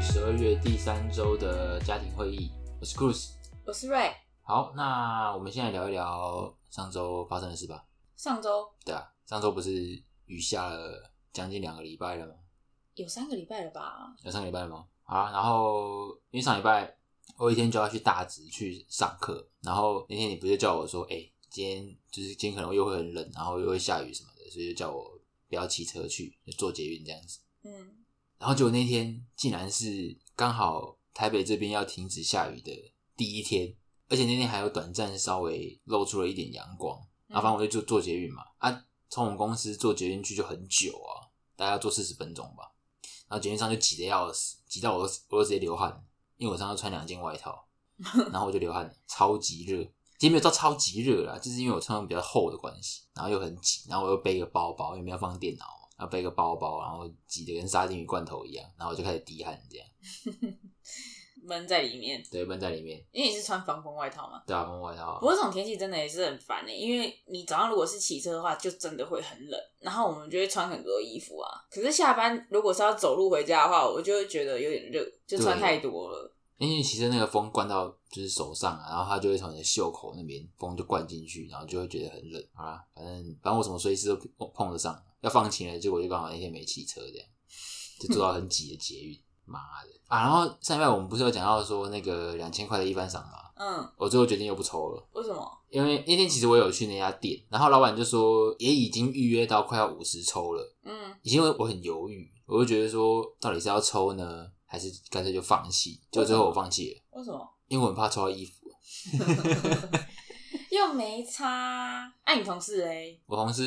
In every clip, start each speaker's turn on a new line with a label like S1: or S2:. S1: 是第三周的家庭会议，我是 Cruz。
S2: 我是 Ray。
S1: 好，那我们现在聊一聊上周发生的事吧。
S2: 上周
S1: 对啊，上周不是雨下了将近两个礼拜了吗？
S2: 有三个礼拜了吧？
S1: 有上个礼拜吗？好啊，然后因为上礼拜我有一天就要去大直去上课，然后那天你不是叫我说，哎、今天就是今天可能又会很冷，然后又会下雨什么的，所以就叫我不要骑车去，就坐捷运这样子。
S2: 嗯，
S1: 然后结果那天竟然是刚好台北这边要停止下雨的第一天，而且那天还有短暂稍微露出了一点阳光。然后啊
S2: 嗯
S1: 反正我就坐坐捷运嘛，啊，从我们公司坐捷运去就很久啊，大概要坐四十分钟吧。然后捷运上就挤得要死，挤到我都我都直接流汗，因为我上次穿两件外套，然后我就流汗了，超级热。其实没有到超级热啦，就是因为我穿的比较厚的关系，然后又很挤，然后我又背个包包，因为没有放电脑嘛，然后背个包包，然后挤得跟沙丁鱼罐头一样，然后我就开始滴汗这样，
S2: 闷在里面，
S1: 对，闷在里面，
S2: 因为你是穿防风外套嘛。
S1: 对啊，闷外套啊
S2: 不，过这种天气真的也是很烦呢、欸因为你早上如果是骑车的话，就真的会很冷，然后我们就会穿很多衣服啊。可是下班如果是要走路回家的话，我就会觉得有点热，就穿太多了。
S1: 因为其实那个风灌到就是手上啊，然后它就会从你的袖口那边风就灌进去，然后就会觉得很冷。好啦，反正反正我什么随时都碰碰得上，要放晴了，结果就刚好那天没骑车，这样就坐到很挤的捷运，妈的啊！然后上礼拜我们不是有讲到说那个两千块的一番赏吗？
S2: 嗯，
S1: 我最后决定又不抽了。
S2: 为什么？
S1: 因为那天其实我有去那家店，然后老板就说也已经预约到快要五十抽了，
S2: 嗯，
S1: 因为我很犹豫，我就觉得说到底是要抽呢，还是干脆就放弃？就最后我放弃了，
S2: 为什么？
S1: 因为我很怕抽到衣服。
S2: 又没差。哎、你同事嘞？
S1: 我同事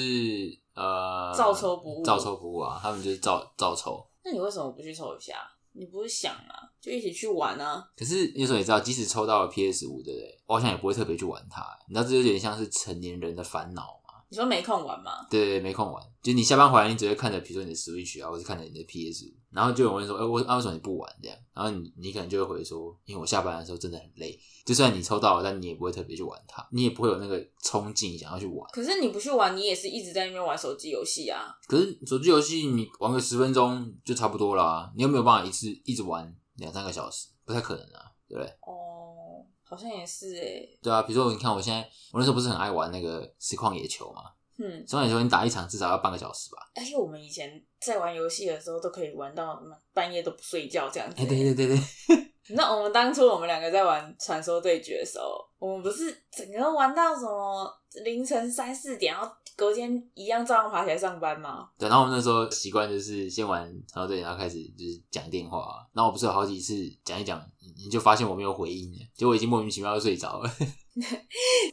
S1: 呃，
S2: 照抽不误
S1: 照抽不误啊，他们就是照照抽。
S2: 那你为什么不去抽一下？你不是想啊，就一起去玩啊？
S1: 可是有时候也知道，即使抽到了 PS 五，对不对？我好像也不会特别去玩它、你知道这有点像是成年人的烦恼嘛？
S2: 你说没空玩吗？
S1: 对对，对没空玩，就是你下班回来，你只会看着，比如说你的 Switch 啊，或是看着你的 PS 五，然后就有人问说，哎、我啊为什么你不玩这样？然后你你可能就会回说，因为我下班的时候真的很累，就算你抽到了，但你也不会特别去玩它，你也不会有那个冲劲想要去玩。
S2: 可是你不去玩，你也是一直在那边玩手机游戏啊。
S1: 可是手机游戏你玩个十分钟就差不多啦、你有没有办法一次一直玩两三个小时？不太可能啊，对不对？
S2: 哦，好像也是欸诶、
S1: 对啊，比如说你看我现在，我那时候不是很爱玩那个实况野球嘛？
S2: 嗯，
S1: 实况野球你打一场至少要半个小时吧？
S2: 而且我们以前在玩游戏的时候，都可以玩到半夜都不睡觉这样子、
S1: 哎、对对对对，
S2: 那我们当初我们两个在玩传说对决的时候，我们不是整个都玩到什么凌晨三四点，然后隔天一样照样爬起来上班吗？
S1: 对。然后我们那时候习惯就是先玩传说对决，然后开始就是讲电话、啊。然后我不是有好几次讲一讲，你你就发现我没有回应了，结果已经莫名其妙就睡着了。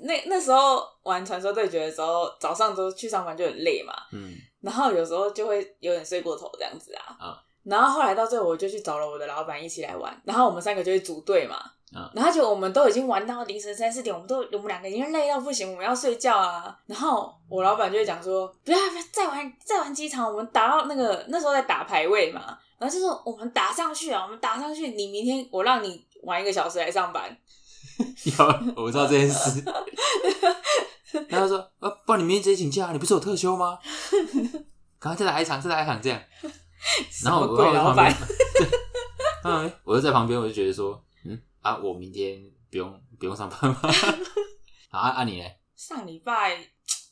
S2: 那那时候玩传说对决的时候，早上都去上班就很累嘛，
S1: 嗯，
S2: 然后有时候就会有点睡过头这样子啊。
S1: 嗯
S2: 然后后来到最后，我就去找了我的老板一起来玩，然后我们三个就会组队嘛。
S1: 嗯
S2: 然后就我们都已经玩到凌晨三四点，我们都我们两个已经累到不行，我们要睡觉啊。然后我老板就会讲说，不要不要再玩再玩几场，我们打到那个那时候在打排位嘛，然后就说我们打上去啊，我们打上去，你明天我让你玩一个小时来上班。
S1: 有， 我知道这件事。 然后他说：“啊，不然你明天直接请假，你不是有特休吗？赶快再来一场，再来一场这样。”然后
S2: 什么
S1: 我
S2: 鬼
S1: 我在
S2: 老
S1: 旁
S2: 板
S1: 边，对， 然后我就在旁边，我就觉得说：“嗯啊，我明天不用不用上班吗？” 然后按、啊、你嘞，
S2: 上礼拜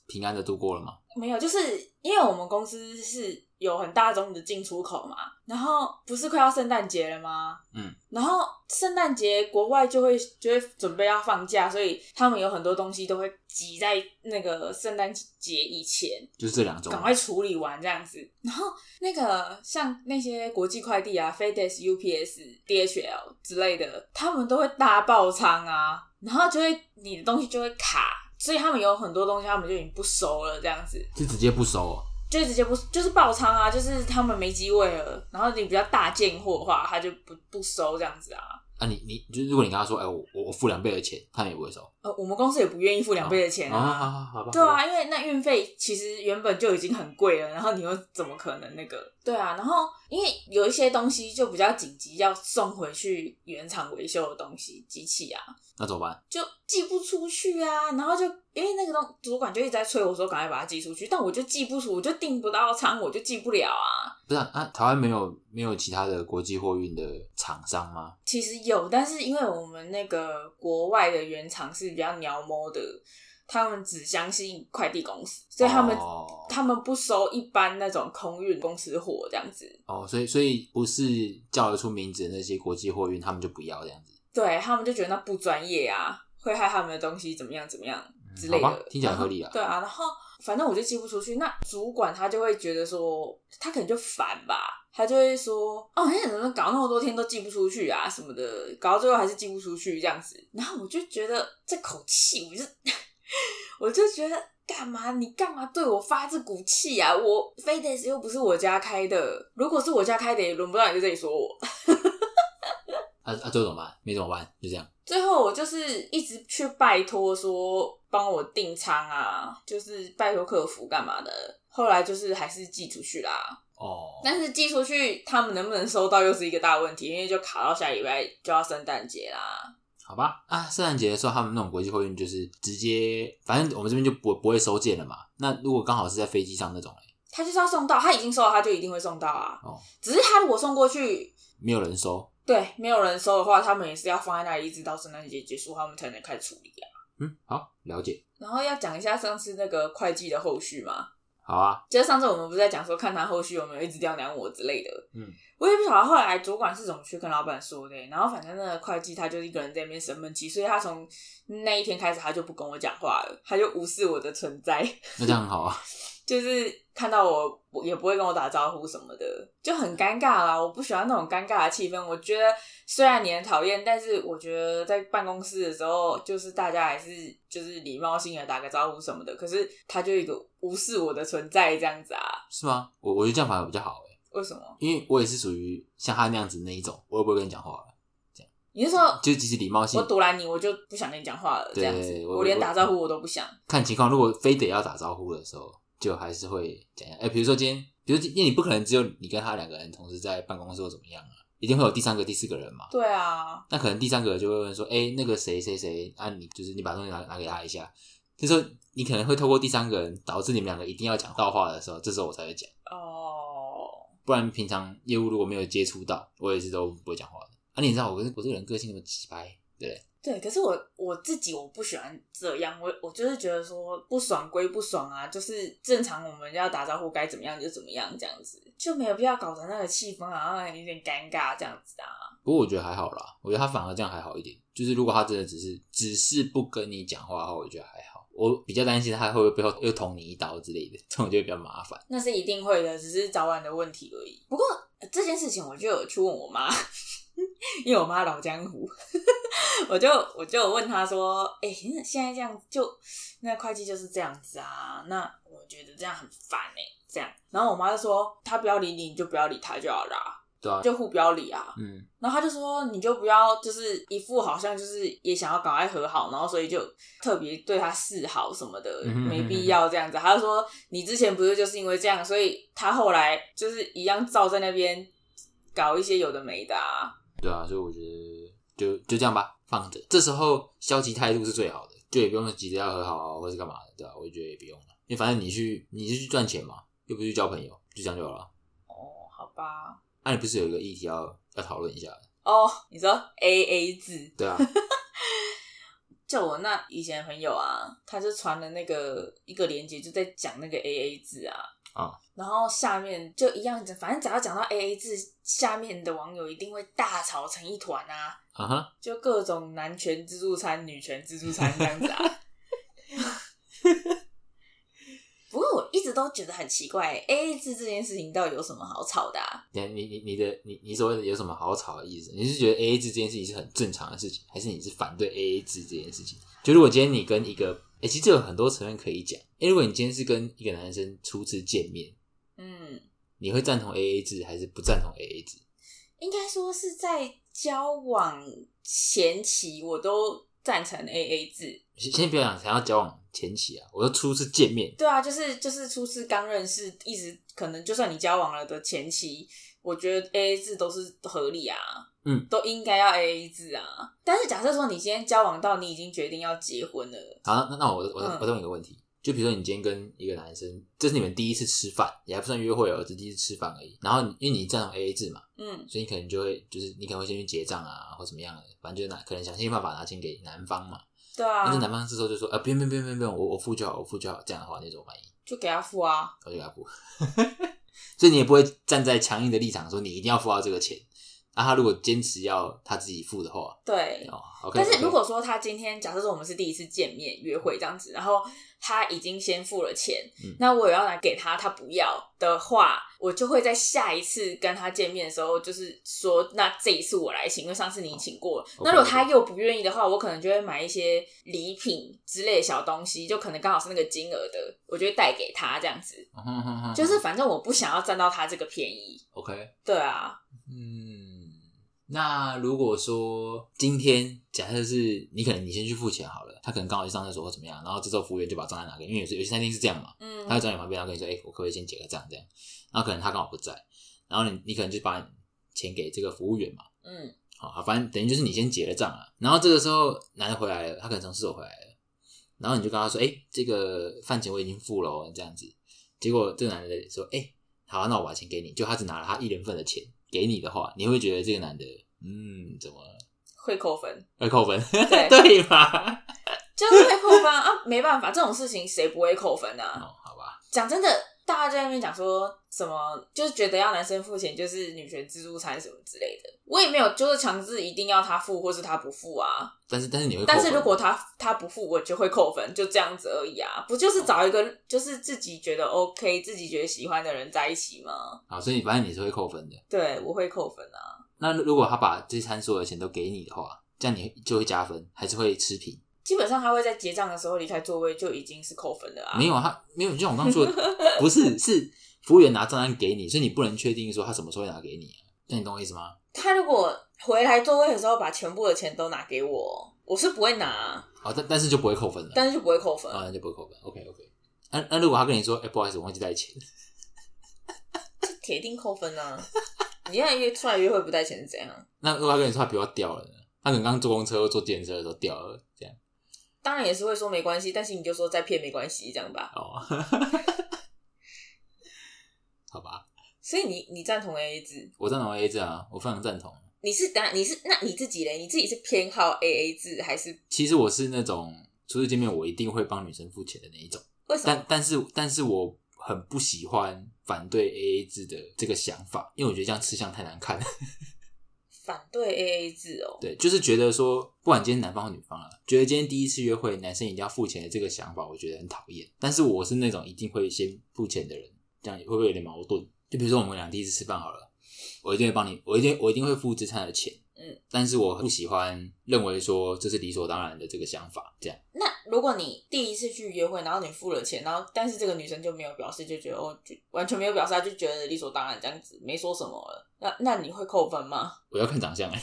S1: 平安的度过了吗？
S2: 没有，就是因为我们公司是有很大宗的进出口嘛，然后不是快要圣诞节了吗？
S1: 嗯，
S2: 然后圣诞节国外就会就会准备要放假，所以他们有很多东西都会挤在那个圣诞节以前
S1: 就是这两周
S2: 赶，快处理完这样子。然后那个像那些国际快递啊，FedEx、UPS、DHL 之类的，他们都会大爆仓啊，然后就会你的东西就会卡。所以他们有很多东西，他们就已经不收了，这样子。
S1: 就直接不收、哦。
S2: 就直接不就是爆仓啊，就是他们没机会了。然后你比较大件货的话，他就不不收这样子啊。
S1: 啊你，你就是如果你跟他说：“哎、我我我付两倍的钱”，他们也不会收。
S2: 呃，我们公司也不愿意付两倍的钱
S1: 啊，好好好吧，
S2: 对
S1: 好吧，
S2: 啊，因为那运费其实原本就已经很贵了，然后你又怎么可能那个？对啊，然后因为有一些东西就比较紧急，要送回去原厂维修的东西，机器啊，
S1: 那怎么办？
S2: 就寄不出去啊。然后就因为那个东主管就一直在催我说赶快把它寄出去，但我就寄不出，我就订不到仓，我就寄不了啊。
S1: 不是啊，啊台湾没有没有其他的国际货运的厂商吗？
S2: 其实有，但是因为我们那个国外的原厂是比较鸟摸的，他们只相信快递公司，所以他们
S1: 哦
S2: 他们不收一般那种空运公司货这样子，
S1: 哦，所以所以不是叫得出名字的那些国际货运，他们就不要这样子。
S2: 对他们就觉得那不专业啊，会害他们的东西怎么样怎么样之类
S1: 嗯好吧
S2: 的，
S1: 听起来合理啊
S2: 然后对啊，然后反正我就寄不出去，那主管他就会觉得说，他可能就烦吧。他就会说：“哦，你怎么搞那么多天都寄不出去啊，什么的，搞到最后还是寄不出去这样子。”然后我就觉得这口气，我就我就觉得干嘛？你干嘛对我发这股气啊？我 FedEx 又不是我家开的，如果是我家开的，也轮不到你在这里说我。
S1: 啊啊，这怎么办？没怎么办，就这样。
S2: 最后我就是一直去拜托说帮我订仓啊，就是拜托客服干嘛的。后来就是还是寄出去啦，
S1: 哦，
S2: 但是寄出去他们能不能收到又是一个大问题，因为就卡到下礼拜就要圣诞节啦。
S1: 好吧，啊，圣诞节的时候，他们那种国际货运就是直接，反正我们这边就不不会收件了嘛。那如果刚好是在飞机上那种、欸，
S2: 他就是要送到，他已经收到，他就一定会送到啊。
S1: 哦，
S2: 只是他如果送过去，
S1: 没有人收，
S2: 对没有人收的话，他们也是要放在那里，一直到圣诞节结束，他们才能开始处理啊。
S1: 嗯，好，了解，
S2: 然后要讲一下上次那个会计的后续嘛，
S1: 好啊，
S2: 就是上次我们不是在讲说，看他后续有没有一直刁难我之类的。
S1: 嗯，
S2: 我也不晓得后来主管是怎么去跟老板说的欸、然后反正那个会计他就一个人在那边生闷气，所以他从那一天开始他就不跟我讲话了，他就无视我的存在，
S1: 那这样很好啊，
S2: 就是看到我我也不会跟我打招呼什么的，就很尴尬啦。我不喜欢那种尴尬的气氛。我觉得虽然你很讨厌，但是我觉得在办公室的时候，就是大家还是就是礼貌性的打个招呼什么的。可是他就一个无视我的存在这样子啊。
S1: 是吗？我我觉得这样反而比较好、欸，
S2: 为什么？
S1: 因为我也是属于像他那样子那一种，我也不会跟你讲话了，
S2: 你是说
S1: 就即使礼貌性
S2: 我，堵拦你，我就不想跟你讲话了，这样子
S1: 对，我
S2: 我连打招呼我都不想。
S1: 看情况，如果非得要打招呼的时候，就还是会讲一下，哎、比如说今天，比如说今因为你不可能只有你跟他两个人同时在办公室或怎么样啊，一定会有第三个、第四个人嘛，
S2: 对啊，
S1: 那可能第三个就会问说：“哎、那个谁谁谁啊你，就是你把东西拿拿给他一下。”这时候你可能会透过第三个人，导致你们两个一定要讲到话的时候，这时候我才会讲。
S2: 哦，
S1: 不然平常业务如果没有接触到，我也是都不会讲话的。啊，你也知道我跟我这个人个性那么直白，对不对？
S2: 对，可是我我自己我不喜欢这样，我我就是觉得说不爽归不爽啊，就是正常我们要打招呼该怎么样就怎么样这样子，就没有必要搞成那个气氛好像有点尴尬这样子啊。
S1: 不过我觉得还好啦，我觉得他反而这样还好一点。就是如果他真的只是只是不跟你讲话的话，我觉得还好。我比较担心他会不会背后又捅你一刀之类的， 这种就会比较麻烦。
S2: 那是一定会的，只是早晚的问题而已。不过、呃这件事情我就有去问我妈，因为我妈老江湖，我就我就有问她说：“哎、那现在这样就那会计就是这样子啊，那我觉得这样很烦哎、这样。”然后我妈就说：“她不要理你，你就不要理她就好啦，
S1: 对啊，
S2: 就互不要理啊。”
S1: 嗯，
S2: 然后她就说：“你就不要就是一副好像就是也想要赶快和好，然后所以就特别对她示好什么的，
S1: 嗯哼
S2: 没必要这样子。”她就说：“你之前不是就是因为这样，所以她后来就是一样照在那边搞一些有的没的啊。”
S1: 对啊，所以我觉得就就这样吧，放着。这时候消极态度是最好的，就也不用急着要和好啊，或是干嘛的，对吧、我觉得也不用了，因为反正你去你是去赚钱嘛，又不是去交朋友，就这样就好了。
S2: 哦，好吧。
S1: 那、你不是有一个议题要要讨论一下的？
S2: 哦，你说 A A 制，
S1: 对啊，
S2: 就我那以前的朋友啊，他就传了那个一个链接，就在讲那个 A A 制啊。
S1: 啊
S2: 然后下面就一样，反正只要讲到 A A 制，下面的网友一定会大吵成一团啊，
S1: 啊哈，
S2: 就各种男权自助餐、女权自助餐这样子啊。 不过我一直都觉得很奇怪，A A 制这件事情到底有什么好吵的、啊？
S1: 你你你你的你你所谓的有什么好吵的意思？你是觉得 A A 制这件事情是很正常的事情，还是你是反对 A A 制这件事情？就如果今天你跟一个，哎、其实这有很多层面可以讲。哎、如果你今天是跟一个男生初次见面，
S2: 嗯，
S1: 你会赞同 A A 制还是不赞同 A A 制？
S2: 应该说是在交往前期，我都赞成 A A 制，
S1: 先先不要讲才要交往前期啊，我说初次见面，
S2: 对啊，就是就是初次刚认识，一直可能就算你交往了的前期，我觉得 A A 制都是合理啊，
S1: 嗯，
S2: 都应该要 A A 制啊。但是假设说你今天交往到你已经决定要结婚了，
S1: 好，那那那我我
S2: 嗯
S1: 我再问一个问题，就比如说你今天跟一个男生，这是你们第一次吃饭，也还不算约会哦，只是第一次吃饭而已。然后你因为你赞同 AA 制嘛，
S2: 嗯
S1: 所以你可能就会就是你可能会先去结账啊，或怎么样的，反正就是拿可能想尽办法拿钱给男方嘛。
S2: 对
S1: 但是
S2: 啊
S1: 男，方这时候就说啊，不用不用不用不用不用，我我付就好，我付就好。这样的话，你怎么满意？
S2: 就给他付啊，
S1: 我就给他付。 所以你也不会站在强硬的立场说你一定要付到这个钱。那、他如果坚持要他自己付的话，
S2: 对。
S1: 哦，OK。
S2: 但是如果说他今天假设说我们是第一次见面约会这样子，然后他已经先付了钱，
S1: 嗯
S2: 那我也要拿给他，他不要的话，我就会在下一次跟他见面的时候，就是说那这一次我来请，因为上次你请过了。
S1: OK，
S2: 那如果他又不愿意的话，我可能就会买一些礼品之类的小东西，就可能刚好是那个金额的，我就会带给他这样子。
S1: 嗯
S2: 就是反正我不想要占到他这个便宜，
S1: OK。
S2: 对啊，
S1: 嗯，那如果说今天假设是你可能你先去付钱好了，他可能刚好去上厕所或怎么样，然后这时候服务员就把账单拿给你，因为有些有些餐厅是这样嘛，
S2: 嗯
S1: 他会，走到你旁边，然后跟你说：“哎、我可不可以先结个账？”这样，然后可能他刚好不在，然后你你可能就把钱给这个服务员嘛，
S2: 嗯，
S1: 好，啊反正等于就是你先结了账啊。然后这个时候男的回来了，他可能从厕所回来了，然后你就跟他说：“哎、这个饭钱我已经付了、哦，这样子。”结果这个男的说：“哎、好啊、那我把钱给你。”就他只拿了他一人份的钱给你的话，你会觉得这个男的，嗯，怎么
S2: 会扣分，
S1: 会扣分？
S2: 对
S1: 对吧？
S2: 就是会扣分啊啊，没办法，这种事情谁不会扣分啊？
S1: 哦，好吧，
S2: 讲真的，大家就在那边讲说什么，就是觉得要男生付钱就是女权自助餐什么之类的。我也没有就是强制一定要他付，或是他不付啊。
S1: 但是但是你会扣分，
S2: 但是如果他他不付，我就会扣分，就这样子而已啊。不就是
S1: 哦
S2: 找一个就是自己觉得 OK、自己觉得喜欢的人在一起吗？
S1: 啊，所以反正你是会扣分的。
S2: 对，我会扣分啊。
S1: 那如果他把这餐所有的钱都给你的话，这样你就会加分，还是会持平？
S2: 基本上他会在结账的时候离开座位，就已经是扣分了啊。
S1: 没有啊，他没有，就像我刚刚说的，不是是服务员拿账单给你，所以你不能确定说他什么时候会拿给你、啊。那你懂我意思吗？
S2: 他如果回来座位的时候把全部的钱都拿给我，我是不会拿，
S1: 好，哦但但是就不会扣分了，
S2: 但是就不会扣分。
S1: 啊，那就不会扣分。OK OK。那、那如果他跟你说，哎、不好意思，我忘记带钱，
S2: 铁定扣分啊！ 你现在约出来约会不带钱是怎样？
S1: 那如果他跟你说他比我掉了呢？他可能刚坐公车或坐电车的时候掉了，这样
S2: 当然也是会说没关系，但是你就说再骗没关系这样吧。
S1: 哦， 好吧，
S2: 所以你你赞同 A A 制，
S1: 我赞同 A A 制啊，我非常赞同。
S2: 你是那你是那你自己嘞？你自己是偏好 A A 制还是
S1: 其实我是那种初次见面我一定会帮女生付钱的那一种。
S2: 为什么？
S1: 但但是但是我很不喜欢反对 AA 制的这个想法，因为我觉得这样吃相太难看。
S2: 反对 A A 制哦，
S1: 对，就是觉得说，不管今天男方或女方啊，觉得今天第一次约会男生一定要付钱的这个想法，我觉得很讨厌。但是我是那种一定会先付钱的人，这样会不会有点矛盾？就比如说我们俩第一次吃饭好了，我一定会帮你，我一定我一定会付这餐的钱。
S2: 嗯，
S1: 但是我不喜欢认为说这是理所当然的这个想法，这样。
S2: 那如果你第一次去约会，然后你付了钱，然后但是这个女生就没有表示，就觉得哦，就完全没有表示，她就觉得理所当然这样子，没说什么了。那那你会扣分吗？
S1: 我要看长相、欸，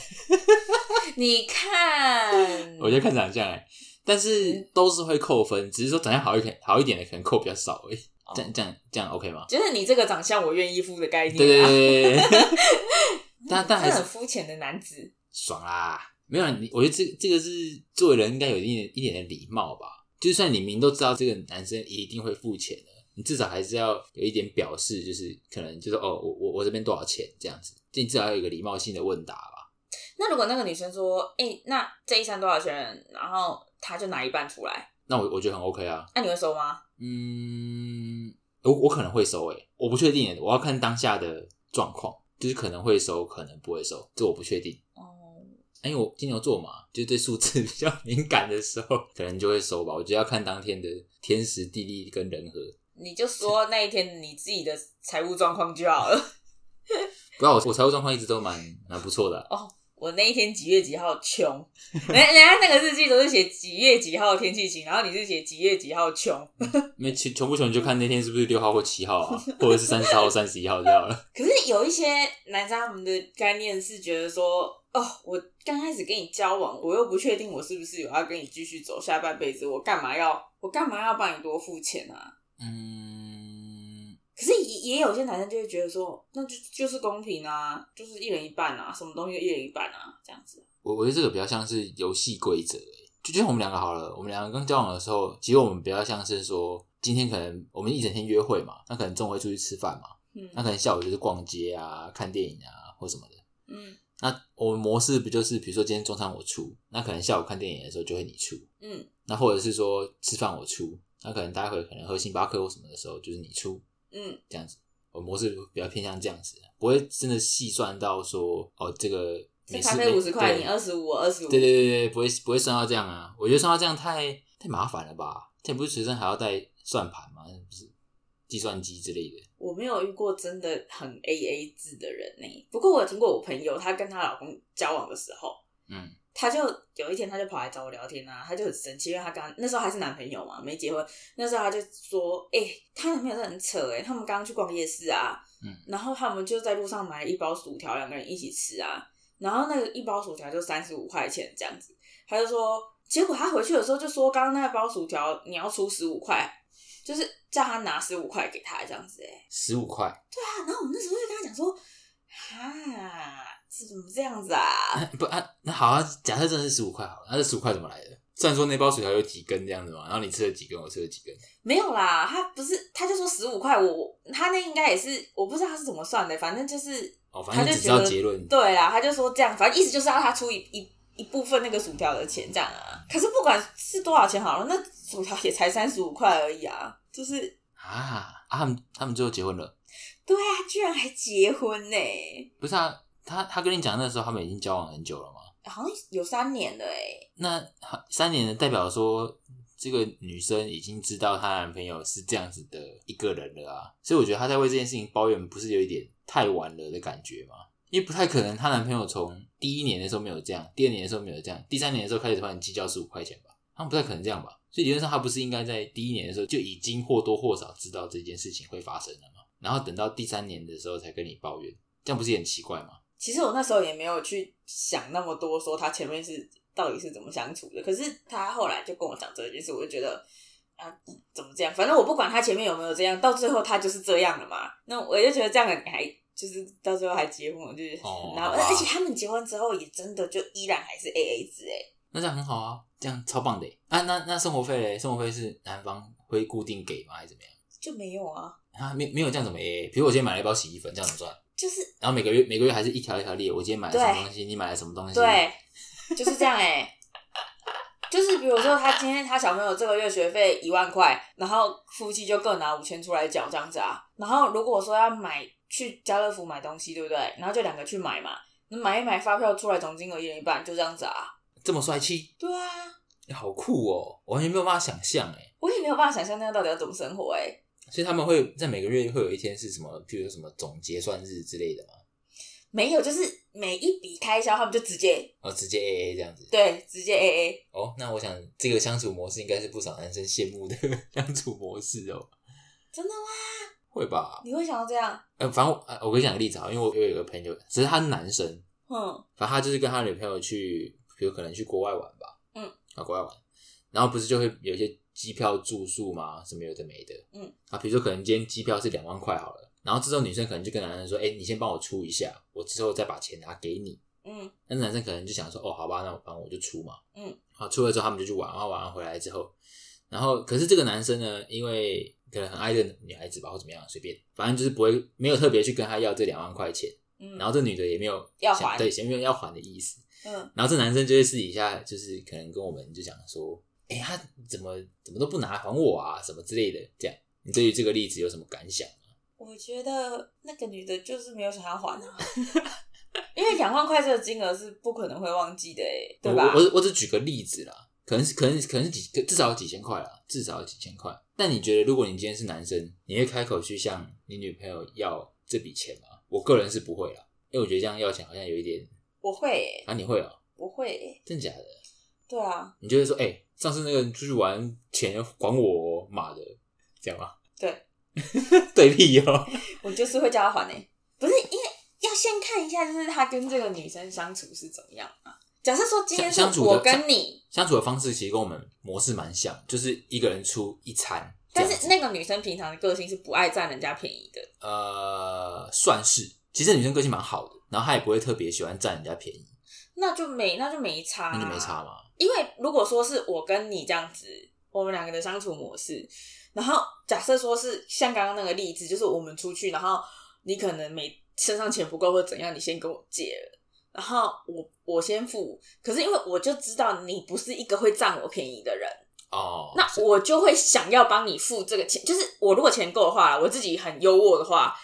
S2: 你看，
S1: 我觉得看长相哎、但是
S2: 嗯
S1: 都是会扣分，只是说长相好一点好一点的可能扣比较少而已。
S2: 哦
S1: 这样这样这样 OK 吗？
S2: 就是你这个长相我愿意付的概念、啊，
S1: 对对对对对 对，但但还
S2: 这
S1: 是
S2: 很肤浅的男子。
S1: 爽啦！没有，啊你我觉得这这个是做人应该有一点一点的礼貌吧。就算你明都知道这个男生一定会付钱的，你至少还是要有一点表示，就是可能就是哦，我我我这边多少钱这样子，你至少要有一个礼貌性的问答吧。
S2: 那如果那个女生说：“哎、那这一餐多少钱？”然后她就拿一半出来，
S1: 那我我觉得很 OK 啊。
S2: 那你会收吗？
S1: 嗯，我我可能会收诶、我不确定欸、我要看当下的状况，就是可能会收，可能不会收，这我不确定。
S2: 哦，
S1: 因为我金牛座嘛，就是对数字比较敏感的时候， 可能就会收吧。我觉得要看当天的天时地利跟人和。
S2: 你就说那一天你自己的财务状况就好了。
S1: 不要我我财务状况一直都蛮蛮不错的啊、
S2: 哦，我那一天几月几号穷，人人家那个日记都是写几月几号天气晴，然后你是写几月几号穷，
S1: 那穷穷不穷，你就看那天是不是六号或七号啊，或者是三十号、三十一号就好 了。
S2: 可是有一些男生他们的概念是觉得说，哦，我刚开始跟你交往，我又不确定我是不是有要跟你继续走下半辈子，我干嘛要我干嘛要帮你多付钱啊？
S1: 嗯，
S2: 可是也也有些男生就会觉得说，那就就是公平啊，就是一人一半啊，什么东西就一人一半啊，这样子。
S1: 我我觉得这个比较像是游戏规则欸，就就像我们两个好了，我们两个刚交往的时候，其实我们比较像是说，今天可能我们一整天约会嘛，那可能中午会出去吃饭嘛，那
S2: 嗯
S1: 可能下午就是逛街啊、看电影啊或什么的。
S2: 嗯
S1: 那我们模式不就是，比如说今天中餐我出，那可能下午看电影的时候就会你出，
S2: 嗯
S1: 那或者是说吃饭我出，那可能待会可能喝星巴克或什么的时候就是你出，
S2: 嗯
S1: 这样子，我模式比较偏向这样子，啊不会真的细算到说哦，这个
S2: 这
S1: 每
S2: 咖
S1: 次
S2: 啡
S1: 每
S2: 五十块，
S1: 对
S2: 你二十五，二十五。
S1: 对对对对，不会不会算到这样啊。我觉得算到这样太太麻烦了吧？这不是随身还要带算盘吗？不是计算机之类的。
S2: 我没有遇过真的很 A A 制的人呢、不过我有听过我朋友，她跟她老公交往的时候，
S1: 嗯
S2: 他就有一天，他就跑来找我聊天啊，他就很生气，因为他刚那时候还是男朋友嘛，没结婚。那时候他就说：“哎、她男朋友真的很扯哎、他们刚刚去逛夜市啊，
S1: 嗯
S2: 然后他们就在路上买了一包薯条，两个人一起吃啊，然后那个一包薯条就三十五块钱这样子。”他就说，结果他回去的时候就说：“刚刚那包薯条你要出十五块，就是叫他拿十五块给他这样子哎、
S1: 十五块，
S2: 啊，然后我那时候就跟他讲说：“哈，这怎么这样子啊？”
S1: 不啊，那好啊，假设真的是十五块好了，那这十五块怎么来的？虽然说那包薯条有几根这样子嘛，然后你吃了几根，我吃了几根，
S2: 没有啦，他不是，他就说十五块，我他那应该也是，我不知道他是怎么算的，反正就是，
S1: 哦，反正
S2: 他
S1: 你只
S2: 就
S1: 知
S2: 觉
S1: 道
S2: 得
S1: 结论。
S2: 对啦，他就说这样，反正意思就是要他出一一一部分那个薯条的钱这样啊。可是不管是多少钱好了，那薯条也才三十五块而已啊，就是
S1: 啊，啊他们他们最后结婚了，
S2: 对啊，居然还结婚呢、
S1: 不是啊？他他跟你讲那时候他们已经交往很久了嘛？
S2: 好像有三年了哎、
S1: 那好三年的代表说，这个女生已经知道她男朋友是这样子的一个人了啊，所以我觉得她在为这件事情抱怨，不是有一点太晚了的感觉吗？因为不太可能，她男朋友从第一年的时候没有这样，第二年的时候没有这样，第三年的时候开始突然计较十五块钱吧，他们不太可能这样吧？所以理论上，她不是应该在第一年的时候就已经或多或少知道这件事情会发生了吗？然后等到第三年的时候才跟你抱怨，这样不是也很奇怪吗？
S2: 其实我那时候也没有去想那么多，说他前面是到底是怎么相处的。可是他后来就跟我讲这件事，我就觉得啊，怎么这样？反正我不管他前面有没有这样，到最后他就是这样了嘛。那我就觉得这样你还就是到最后还结婚，我就觉得
S1: 哦
S2: 很纳闷。
S1: 好吧
S2: 而且他们结婚之后也真的就依然还是 A A 制哎、
S1: 那这样很好啊，这样超棒的欸。啊，那那生活费嘞？生活费是男方会固定给吗？还是怎么样？
S2: 就没有啊，
S1: 啊，没没有这样怎么 AA？比如我今天买了一包洗衣粉，这样怎么算？
S2: 就是
S1: 然后每个月每个月还是一条一条列，我今天买了
S2: 对
S1: 什么东西，你买了什么东西？，
S2: 对，就是这样哎、就是比如说，他今天他小朋友这个月学费一万块，然后夫妻就各拿五千出来缴这样子啊。然后如果说要买去家乐福买东西，对不对？然后就两个去买嘛，那买一买发票出来总金额一人一半，就这样子啊。
S1: 这么帅气，
S2: 对啊，
S1: 欸好酷哦！我完全没有办法想象哎。
S2: 我也没有办法想象那样到底要怎么生活哎、
S1: 所以他们会在每个月会有一天是什么，譬如说什么总结算日之类的嘛，
S2: 没有，就是每一笔开销他们就直接
S1: 然后哦直接 AA 这样子。
S2: 对直接 A A。
S1: 哦，那我想这个相处模式应该是不少男生羡慕的 相处模式哦，
S2: 真的吗？
S1: 会吧？
S2: 你会想要这样？
S1: 呃，反正我呃我跟你讲个例子啊，因为我有一个朋友，只是他是男生，
S2: 嗯
S1: 反正他就是跟他女朋友去，比如可能去国外玩吧，
S2: 嗯，
S1: 啊，国外玩，然后不是就会有一些机票、住宿嘛，什么有的没的，
S2: 嗯，
S1: 啊，比如说可能今天机票是两万块好了，然后这时候女生可能就跟男生说，哎、你先帮我出一下，我之后再把钱拿给你。
S2: 嗯
S1: 那男生可能就想说，哦，好吧，那我反正我就出嘛，
S2: 嗯，
S1: 啊，出了之后他们就去玩，然后玩完回来之后，然后可是这个男生呢，因为可能很爱这个女孩子吧，或怎么样，随便，反正就是不会没有特别去跟他要这两万块钱，
S2: 嗯，
S1: 然后这女的也没有
S2: 要
S1: 想
S2: 还
S1: 对，也没有要还的意思，
S2: 嗯
S1: 然后这男生就会私底下就是可能跟我们就讲说，哎、他怎么怎么都不拿还我啊，什么之类的，这样。你对于这个例子有什么感想？
S2: 我觉得那个女的就是没有想要还啊， 因为两万块这个金额是不可能会忘记的、欸，对吧
S1: 我？我我只举个例子啦，可能是可能可能是几可至少有几千块啦，至少有几千块。但你觉得，如果你今天是男生，你会开口去向你女朋友要这笔钱吗？我个人是不会啦，因为我觉得这样要钱好像有一点
S2: 我会耶、
S1: 啊，你会哦？
S2: 我会耶、
S1: 真假的？
S2: 对啊，
S1: 你就会说，哎、上次那个出去玩钱要还我、哦，妈的，这样吗？
S2: 对，
S1: 对屁哦，
S2: 我就是会叫他还诶、欸不是因为要先看一下，就是他跟这个女生相处是怎么样啊？假设说今天是
S1: 相相处的
S2: 我跟你，
S1: 相处的方式其实跟我们模式蛮像，就是一个人出一餐，
S2: 但
S1: 这样
S2: 是
S1: 子
S2: 那个女生平常的个性是不爱占人家便宜的，
S1: 呃，算是，其实女生个性蛮好的，然后她也不会特别喜欢占人家便宜，
S2: 那就没那就没差、啊
S1: 那就没差嘛。
S2: 因为如果说是我跟你这样子，我们两个的相处模式，然后假设说是像刚刚那个例子，就是我们出去，然后你可能没身上钱不够或怎样，你先跟我借了，然后我我先付，可是因为我就知道你不是一个会占我便宜的人，
S1: 哦，
S2: 那我就会想要帮你付这个钱，就是我如果钱够的话，我自己很优渥的话。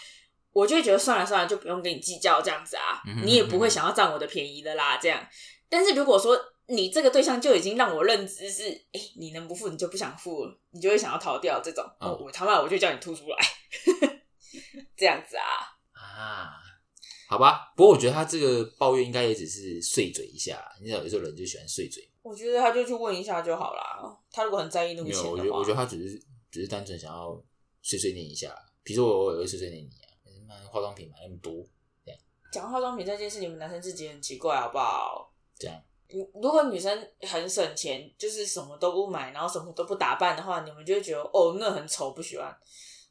S2: 我就会觉得算了算了，就不用跟你计较这样子啊
S1: 嗯哼，
S2: 你也不会想要占我的便宜的啦，这样。但是如果说你这个对象就已经让我认知是，哎、你能不付你就不想付了，你就会想要逃掉这种，
S1: 嗯
S2: 哦、我他妈我就叫你吐出来， 这样子啊，
S1: 啊，好吧。不过我觉得他这个抱怨应该也只是碎嘴一下，你知道有时候人就喜欢碎嘴。
S2: 我觉得他就去问一下就好啦。他如果很在意那个
S1: 没
S2: 钱
S1: 有，我觉
S2: 的
S1: 得
S2: 话，
S1: 我觉得他只是只是单纯想要碎碎念一下，比如说我偶尔会碎碎念你啊，你妈化妆品买那么多，
S2: 讲化妆品这件事，你们男生自己很奇怪好不好？
S1: 这样
S2: 你如果女生很省钱，就是什么都不买，然后什么都不打扮的话，你们就会觉得哦，那很丑，不喜欢。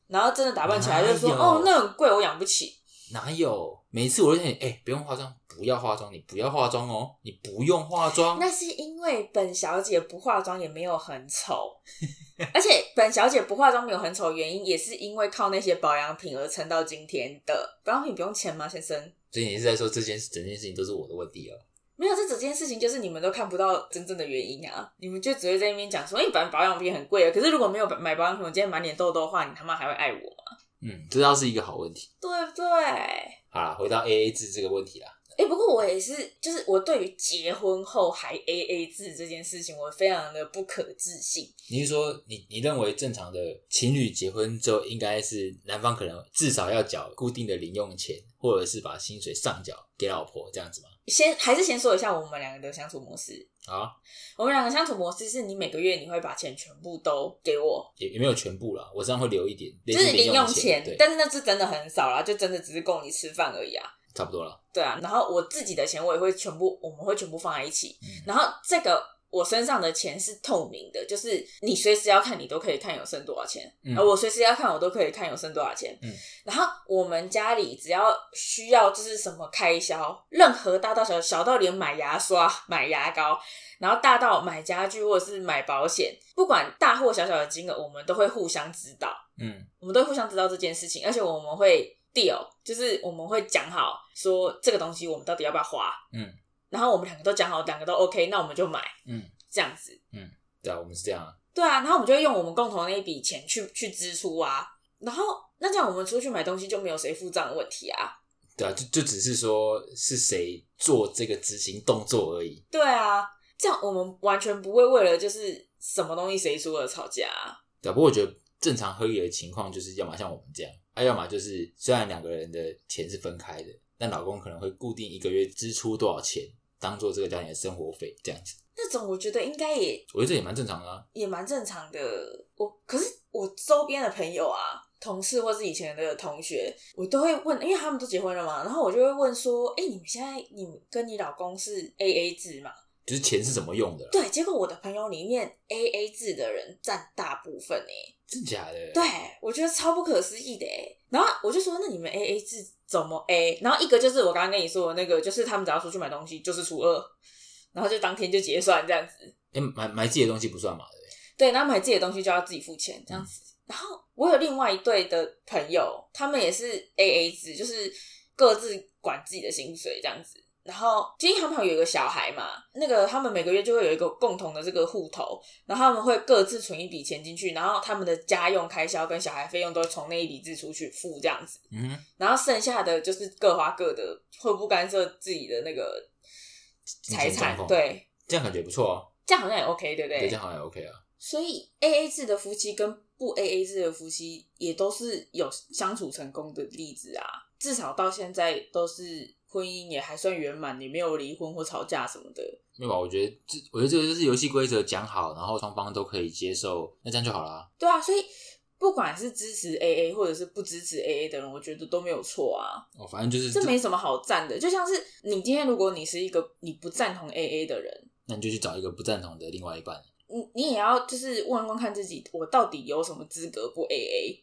S2: 然后真的打扮起来就说
S1: 哪有
S2: 哦，那很贵，我养不起。
S1: 哪有？每一次我都想，哎、不用化妆，不要化妆，你不要化妆哦，你不用化妆。
S2: 那是因为本小姐不化妆也没有很丑， 而且本小姐不化妆没有很丑，原因也是因为靠那些保养品而撑到今天的。保养品不用钱吗，先生？
S1: 所以你是在说这件整件事情都是我的问题哦？
S2: 没有，这整件事情就是你们都看不到真正的原因啊！你们就只会在那边讲说，哎、反正保养品很贵啊。可是如果没有买保养品，我今天满脸痘痘的话，你他妈还会爱我吗？
S1: 嗯，这倒是一个好问题。
S2: 对不对？
S1: 好啦，回到 A A 制这个问题啦。
S2: 哎、不过我也是，就是我对于结婚后还 A A 制这件事情，我非常的不可置信。
S1: 你是说你你认为正常的情侣结婚之后，应该是男方可能至少要缴固定的零用钱，或者是把薪水上缴给老婆这样子吗？
S2: 先还是先说一下我们两个的相处模式。
S1: 啊，
S2: 我们两个相处模式是你每个月你会把钱全部都给我，
S1: 也也没有全部啦，我身上会留一点，类
S2: 就
S1: 似
S2: 是零用
S1: 钱，
S2: 钱
S1: 对，，
S2: 但是那是真的很少啦，就真的只是供你吃饭而已啊。
S1: 差不多了。
S2: 对啊，然后我自己的钱我也会全部，我们会全部放在一起。
S1: 嗯
S2: 然后这个我身上的钱是透明的，就是你随时要看，你都可以看有剩多少钱，呃
S1: 嗯
S2: 啊而我随时要看，我都可以看有剩多少钱。
S1: 嗯
S2: 然后我们家里只要需要就是什么开销，任何大到小，小到连买牙刷、买牙膏，然后大到买家具或者是买保险，不管大或小小的金额，我们都会互相指导。
S1: 嗯，
S2: 我们都会互相知道这件事情，而且我们会 deal，就是我们会讲好说这个东西我们到底要不要花，
S1: 嗯，
S2: 然后我们两个都讲好，两个都 OK，那我们就买，
S1: 嗯，
S2: 这样子，
S1: 对啊，我们是这样啊。
S2: 对啊，然后我们就会用我们共同的那一笔钱去去支出啊，然后那这样我们出去买东西就没有谁付账的问题啊，
S1: 对啊，就就只是说是谁做这个执行动作而已。
S2: 对啊，这样我们完全不会为了就是什么东西谁输而吵架、啊，
S1: 对啊，不过我觉得正常合理的情况就是，要么像我们这样，啊，要么就是虽然两个人的钱是分开的，但老公可能会固定一个月支出多少钱，当做这个家庭的生活费这样子。
S2: 那种我觉得应该也
S1: 我觉得这也蛮正常的、啊。
S2: 也蛮正常的。我可是我周边的朋友啊，同事或是以前的同学，我都会问，因为他们都结婚了嘛，然后我就会问说：“哎、你们现在你们跟你老公是 A A 制嘛
S1: 就是钱是怎么用的？”啦？
S2: 对，结果我的朋友里面 A A 制的人占大部分哎、
S1: 真假的？
S2: 对，我觉得超不可思议的哎、然后我就说：“那你们 A A 制怎么 A？” 然后一个就是我刚刚跟你说的那个，就是他们只要出去买东西就是除二，然后就当天就结算这样子。
S1: 哎、买买自己的东西不算嘛？对不对
S2: 对，然后买自己的东西就要自己付钱这样子。
S1: 嗯
S2: 然后我有另外一对的朋友，他们也是 A A 制，就是各自管自己的薪水这样子。然后，就因为他们好像有一个小孩嘛，那个他们每个月就会有一个共同的这个户头，然后他们会各自存一笔钱进去，然后他们的家用开销跟小孩费用都从那一笔支出去付这样子。
S1: 嗯哼，
S2: 然后剩下的就是各花各的，会不干涉自己的那个
S1: 金
S2: 财
S1: 钱状
S2: 产。
S1: 况
S2: 对，
S1: 这样感觉不错哦、
S2: 这样好像也 OK，对不
S1: 对，这样好像也 OK 啊。
S2: 所以 A A 制的夫妻跟不 A A 制的夫妻也都是有相处成功的例子啊，至少到现在都是婚姻也还算圆满，你没有离婚或吵架什么的。
S1: 没有吧？啊我觉得这，我觉得这个就是游戏规则讲好，然后双方都可以接受，那这样就好啦。
S2: 对啊，所以不管是支持 AA 或者是不支持 AA 的人，我觉得都没有错啊。
S1: 哦，反正就是
S2: 这没什么好赞的。就像是你今天，如果你是一个你不赞同 AA 的人，
S1: 那你就去找一个不赞同的另外一半。
S2: 你你也要就是问问看自己，我到底有什么资格不 AA？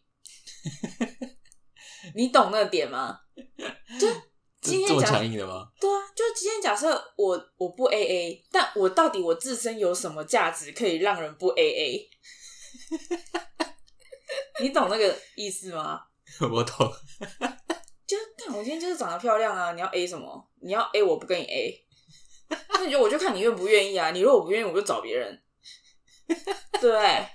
S2: 你懂那个点吗？就
S1: 这
S2: 今
S1: 这
S2: 天
S1: 么
S2: 假
S1: 强硬的吗？
S2: 对啊，就今天假设我我不 AA，但我到底我自身有什么价值可以让人不 AA？你懂那个意思吗？
S1: 我懂。
S2: 就是看我今天就是长得漂亮啊，你要 A 什么？你要 A 我不跟你 A，那 你就我就看你愿不愿意啊。你如果不愿意，我就找别人，对不对。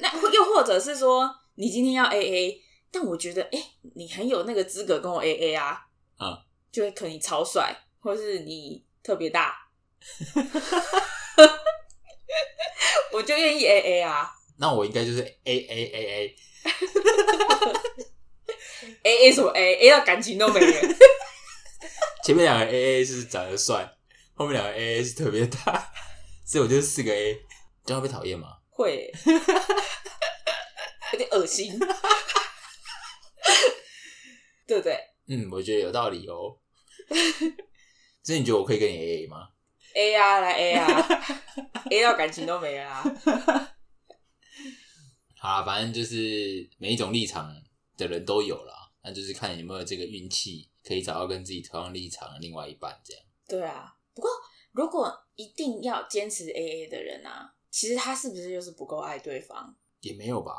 S2: 那或又或者是说，你今天要 A A，但我觉得哎、诶你很有那个资格跟我 A A 啊，
S1: 嗯，
S2: 就是可能你超帅，或是你特别大，我就愿意 A A 啊
S1: 那我应该就是 A A A A，
S2: ，A A 什么 A，A 到感情都没了。
S1: 前面两个 A A 是长得帅，后面两个 A A 是特别大， 所以我就是四个 A，这样会被讨厌吗？
S2: 会欸、有点恶心，对不对
S1: 嗯，我觉得有道理哦。 所以你觉得我可以跟你 A A 吗？
S2: ？A 啊，来 A 啊，A 到感情都没了啊。
S1: 好啦，反正就是每一种立场的人都有啦，那就是看有没有这个运气，可以找到跟自己同样立场的另外一半这样。
S2: 对啊，不过如果一定要坚持 AA 的人啊，其实他是不是就是不够爱对方？
S1: 也没有吧，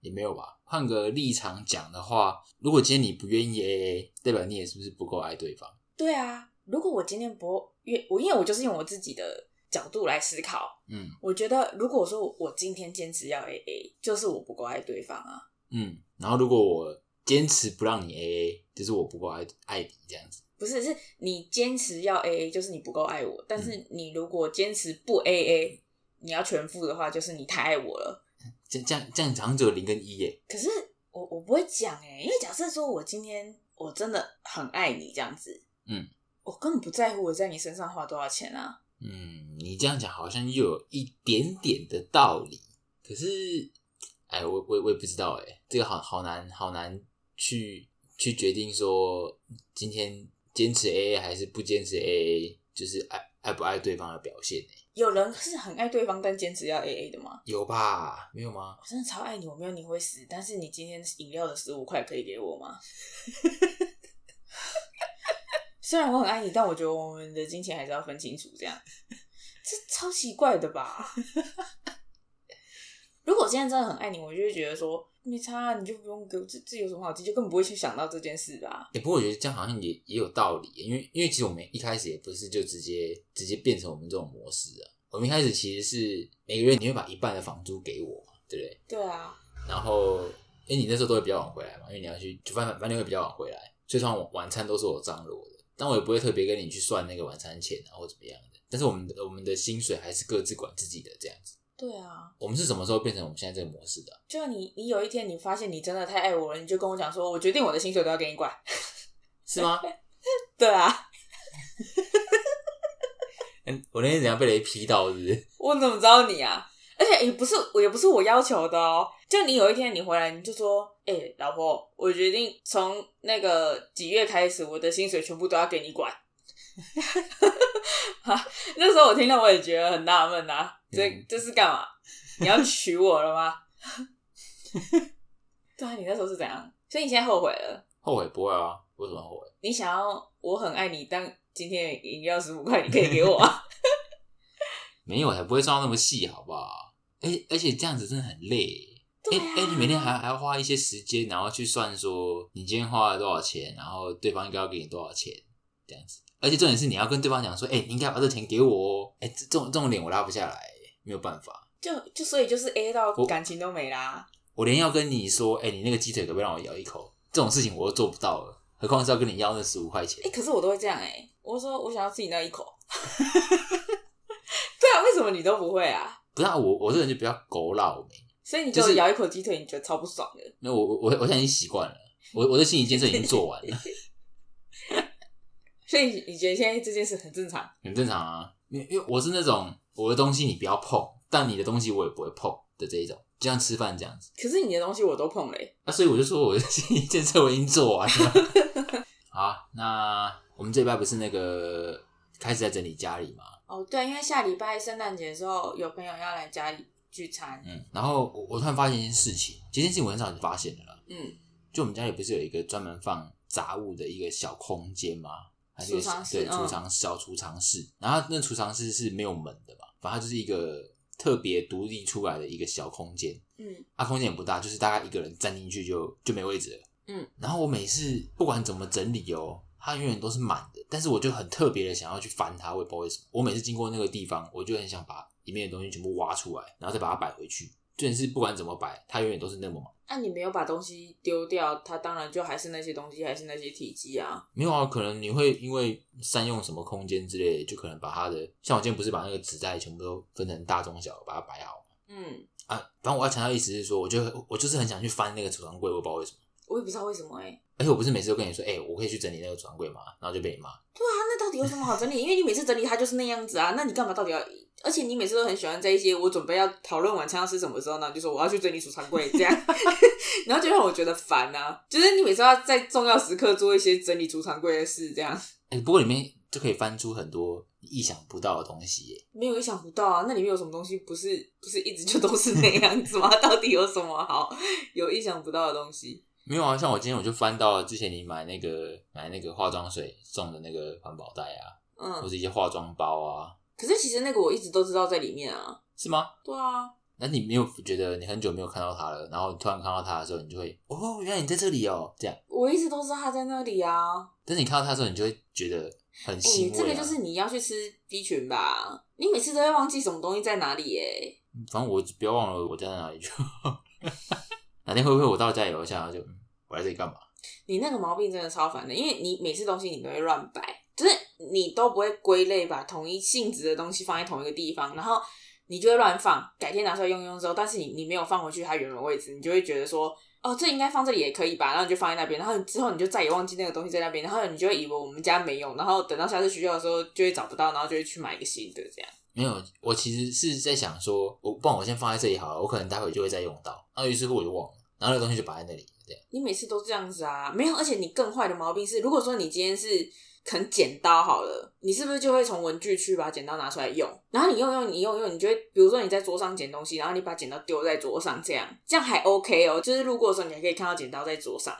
S1: 也没有吧。换个立场讲的话，如果今天你不愿意 AA，代表你也是不是不够爱对方？
S2: 对啊，如果我今天不愿我，因为我就是用我自己的角度来思考，
S1: 嗯
S2: 我觉得如果说我今天坚持要 AA，就是我不够爱对方啊。
S1: 嗯。然后如果我坚持不让你 AA，就是我不够爱爱你这样子。
S2: 不是，是你坚持要 A A，就是你不够爱我。但是你如果坚持不 A A，你要全付的话，就是你太爱我了。
S1: 这这样这样好像只有零跟一耶。
S2: 可是我我不会讲哎、因为假设说我今天我真的很爱你这样子，
S1: 嗯，
S2: 我根本不在乎我在你身上花多少钱啊。
S1: 嗯，你这样讲好像又有一点点的道理，可是，哎，我我我也不知道哎，这个好好难好难去去决定说今天坚持 AA 还是不坚持 AA，就是爱爱不爱对方的表现哎，
S2: 有人是很爱对方，但坚持要 A A 的吗？
S1: 有吧？没有吗？
S2: 我真的超爱你，我没有你会死。但是你今天饮料的十五块可以给我吗？ 虽然我很爱你，但我觉得我们的金钱还是要分清楚。这样，这超奇怪的吧？ 如果我现在真的很爱你，我就会觉得说没差、啊，你就不用给我这这有什么好提，就根本不会去想到这件事吧。
S1: 哎、不过我觉得这样好像也也有道理耶，因为因为其实我们一开始也不是就直接直接变成我们这种模式啊，我们一开始其实是每个月你会把一半的房租给我嘛，对不对？
S2: 对啊，
S1: 然后因为你那时候都会比较晚回来嘛，因为你要去，就反正反正会比较晚回来，所以通常晚餐都是我张罗的，但我也不会特别跟你去算那个晚餐钱啊或怎么样的。但是我们的我们的薪水还是各自管自己的这样子。
S2: 对啊，
S1: 我们是什么时候变成我们现在这个模式的啊、
S2: 就你你有一天你发现你真的太爱我了，你就跟我讲说，我决定我的薪水都要给你管。
S1: 是吗？
S2: 对啊，
S1: 嗯，我那天怎样被雷劈到，是不是？
S2: 我怎么知道你啊？而且也不是也不是我要求的哦。就你有一天你回来，你就说：“哎、老婆，我决定从那个几月开始，我的薪水全部都要给你管。 啊”那时候我听到我也觉得很纳闷啊，这
S1: 嗯
S2: 这是干嘛？你要娶我了吗？ 对啊，你那时候是怎样？所以你现在后悔了？
S1: 后悔不会啊？为什么后悔？
S2: 你想要我很爱你，但今天饮料十五块，你可以给我啊？
S1: 没有，才不会算到那么细，好不好？而而且这样子真的很累耶。
S2: 对
S1: 哎
S2: 啊
S1: 哎、你每天还还要花一些时间，然后去算说你今天花了多少钱，然后对方应该要给你多少钱，这样子。而且重点是你要跟对方讲说，哎、你应该把这钱给我哦。哎、这这种这种脸我拉不下来，没有办法。
S2: 就就所以就是 A 到
S1: 我
S2: 感情都没啦。
S1: 我连要跟你说，哎、你那个鸡腿可不可以让我咬一口？这种事情我都做不到了，何况是要跟你要那十五块钱
S2: 哎、。可是我都会这样哎、我说我想要自己那一口。 对啊，为什么你都不会啊？
S1: 不是、啊、我，我这个人就比较狗老没，
S2: 所以你
S1: 就
S2: 就是咬一口鸡腿，你觉得超不爽的。
S1: 那我我我我现在已经习惯了，我我的心理建设已经做完了。
S2: 所以你觉得现在这件事很正常？
S1: 很正常啊。因为因为我是那种我的东西你不要碰，但你的东西我也不会碰的这一种，就像吃饭这样子。
S2: 可是你的东西我都碰了欸、
S1: 啊，所以我就说我的心理建设我已经做完了。 好啊，那我们这礼拜不是那个开始在整理家里嘛？
S2: 哦，对，因为下礼拜圣诞节的时候，有朋友要来家里聚餐。
S1: 嗯，然后我我突然发现一件事情，这件事情我很少发现的啦。
S2: 嗯，
S1: 就我们家里不是有一个专门放杂物的一个小空间吗？还是一个
S2: 储藏室
S1: 对
S2: 嗯
S1: 储藏室小储藏室，然后那储藏室是没有门的嘛，反正它就是一个特别独立出来的一个小空间。
S2: 嗯，
S1: 啊，空间也不大，就是大概一个人站进去就就没位置了。
S2: 嗯，
S1: 然后我每次不管怎么整理哦，它永远都是满的，但是我就很特别的想要去翻它，我也不知道为什么。我每次经过那个地方，我就很想把里面的东西全部挖出来，然后再把它摆回去。真的是不管怎么摆，它永远都是那么满。
S2: 那、你没有把东西丢掉，它当然就还是那些东西，还是那些体积啊。
S1: 没有啊，可能你会因为善用什么空间之类的，就可能把它的，像我今天不是把那个纸袋全部都分成大中小，把它摆好
S2: 嗯，
S1: 啊。反正我要强调的意思是说，我就我就是很想去翻那个储藏柜，我也不知道为什么。
S2: 我也不知道为什么哎、欸。
S1: 而且我不是每次都跟你说，哎、我可以去整理那个储藏柜吗？然后就被你骂。
S2: 对啊，那到底有什么好整理？因为你每次整理它就是那样子啊，那你干嘛到底要？而且你每次都很喜欢在一些我准备要讨论晚餐要吃什么的时候呢，你就说我要去整理储藏柜这样， 然后就让我觉得烦啊。就是你每次要在重要时刻做一些整理储藏柜的事，这样
S1: 哎、不过里面就可以翻出很多意想不到的东西耶。
S2: 没有意想不到啊。那里面有什么东西不是不是一直就都是那样子吗？ 到底有什么好有意想不到的东西？
S1: 没有啊，像我今天我就翻到了之前你买那个买那个化妆水送的那个环保袋啊，或
S2: 嗯，
S1: 者一些化妆包啊，
S2: 可是其实那个我一直都知道在里面啊。
S1: 是吗？
S2: 对啊，
S1: 那你没有觉得你很久没有看到它了，然后你突然看到它的时候，你就会哦，原来你在这里哦，这样。
S2: 我一直都知道它在那里啊。
S1: 但是你看到它的时候，你就会觉得很
S2: 哎、
S1: 欣慰、啊
S2: 这个就是，你要去吃 B 群吧？你每次都会忘记什么东西在哪里欸耶、
S1: 反正我不要忘了我家在哪里就 好。哪天会不会我到家以后，下来就、嗯、我来这里干嘛？
S2: 你那个毛病真的超烦的，因为你每次东西你都会乱摆，就是你都不会归类，把同一性质的东西放在同一个地方，然后你就会乱放，改天拿出来用用之后，但是你你没有放回去它原本位置，你就会觉得说，哦，这应该放这里也可以吧，然后你就放在那边，然后你之后你就再也忘记那个东西在那边，然后你就会以为我们家没有，然后等到下次学校的时候就会找不到，然后就会去买一个新的这样。
S1: 没有，我其实是在想说，我不然我先放在这里好了，我可能待会就会再用到。那于是乎我就忘了，然后那个东西就摆在那里，这样。
S2: 你每次都这样子啊？没有，而且你更坏的毛病是，如果说你今天是可能剪刀好了，你是不是就会从文具区把剪刀拿出来用？然后你用用你用用，你就会比如说你在桌上捡东西，然后你把剪刀丢在桌上，这样这样还 OK 哦。就是路过的时候你还可以看到剪刀在桌上，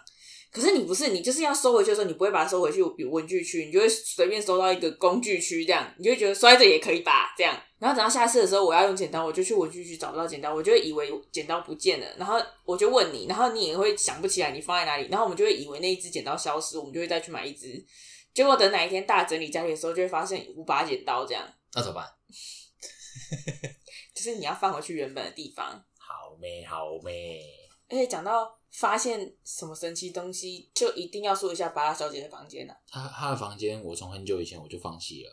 S2: 可是你不是你就是要收回去的时候，你不会把它收回去，比如文具区，你就会随便收到一个工具区这样，你就会觉得摔着也可以吧这样。然后等到下次的时候，我要用剪刀，我就去文具区找不到剪刀，我就会以为剪刀不见了，然后我就问你，然后你也会想不起来你放在哪里，然后我们就会以为那一只剪刀消失，我们就会再去买一只。结果等哪一天大整理家里的时候，就会发现五把剪刀这样，
S1: 那怎么办？
S2: 就是你要放回去原本的地方。
S1: 好美，好美。
S2: 而且讲到发现什么神奇东西，就一定要说一下巴拉小姐的房间啊。
S1: 他他的房间，我从很久以前我就放弃了。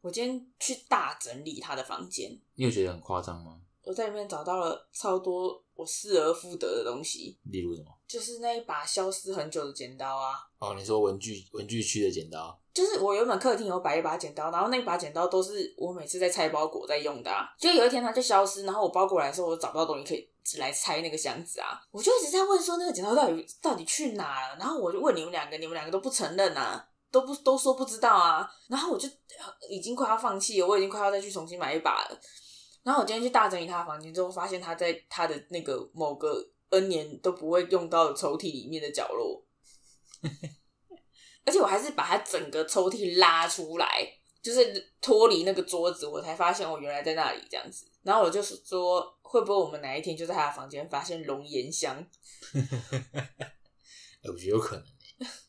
S2: 我今天去大整理她的房间，
S1: 你有觉得很夸张吗？
S2: 我在里面找到了超多我失而复得的东西，
S1: 例如什么？
S2: 就是那一把消失很久的剪刀啊，
S1: 哦，你说文具文具区的剪刀，
S2: 就是我原本客厅有摆一把剪刀，然后那把剪刀都是我每次在拆包裹在用的、啊。就有一天它就消失，然后我包裹来的时候，我找不到东西可以来拆那个箱子啊。我就一直在问说那个剪刀到底到底去哪了，然后我就问你们两个，你们两个都不承认啊，都不都说不知道啊。然后我就呃已经快要放弃了，我已经快要再去重新买一把了。然后我今天去大整理他的房间之后，发现他在他的那个某个 N 年都不会用到的抽屉里面的角落。而且我还是把它整个抽屉拉出来，就是脱离那个桌子，我才发现我原来在那里这样子。然后我就是说，会不会我们哪一天就在他的房间发现龙涎香？
S1: 哎、我觉得有可能、欸，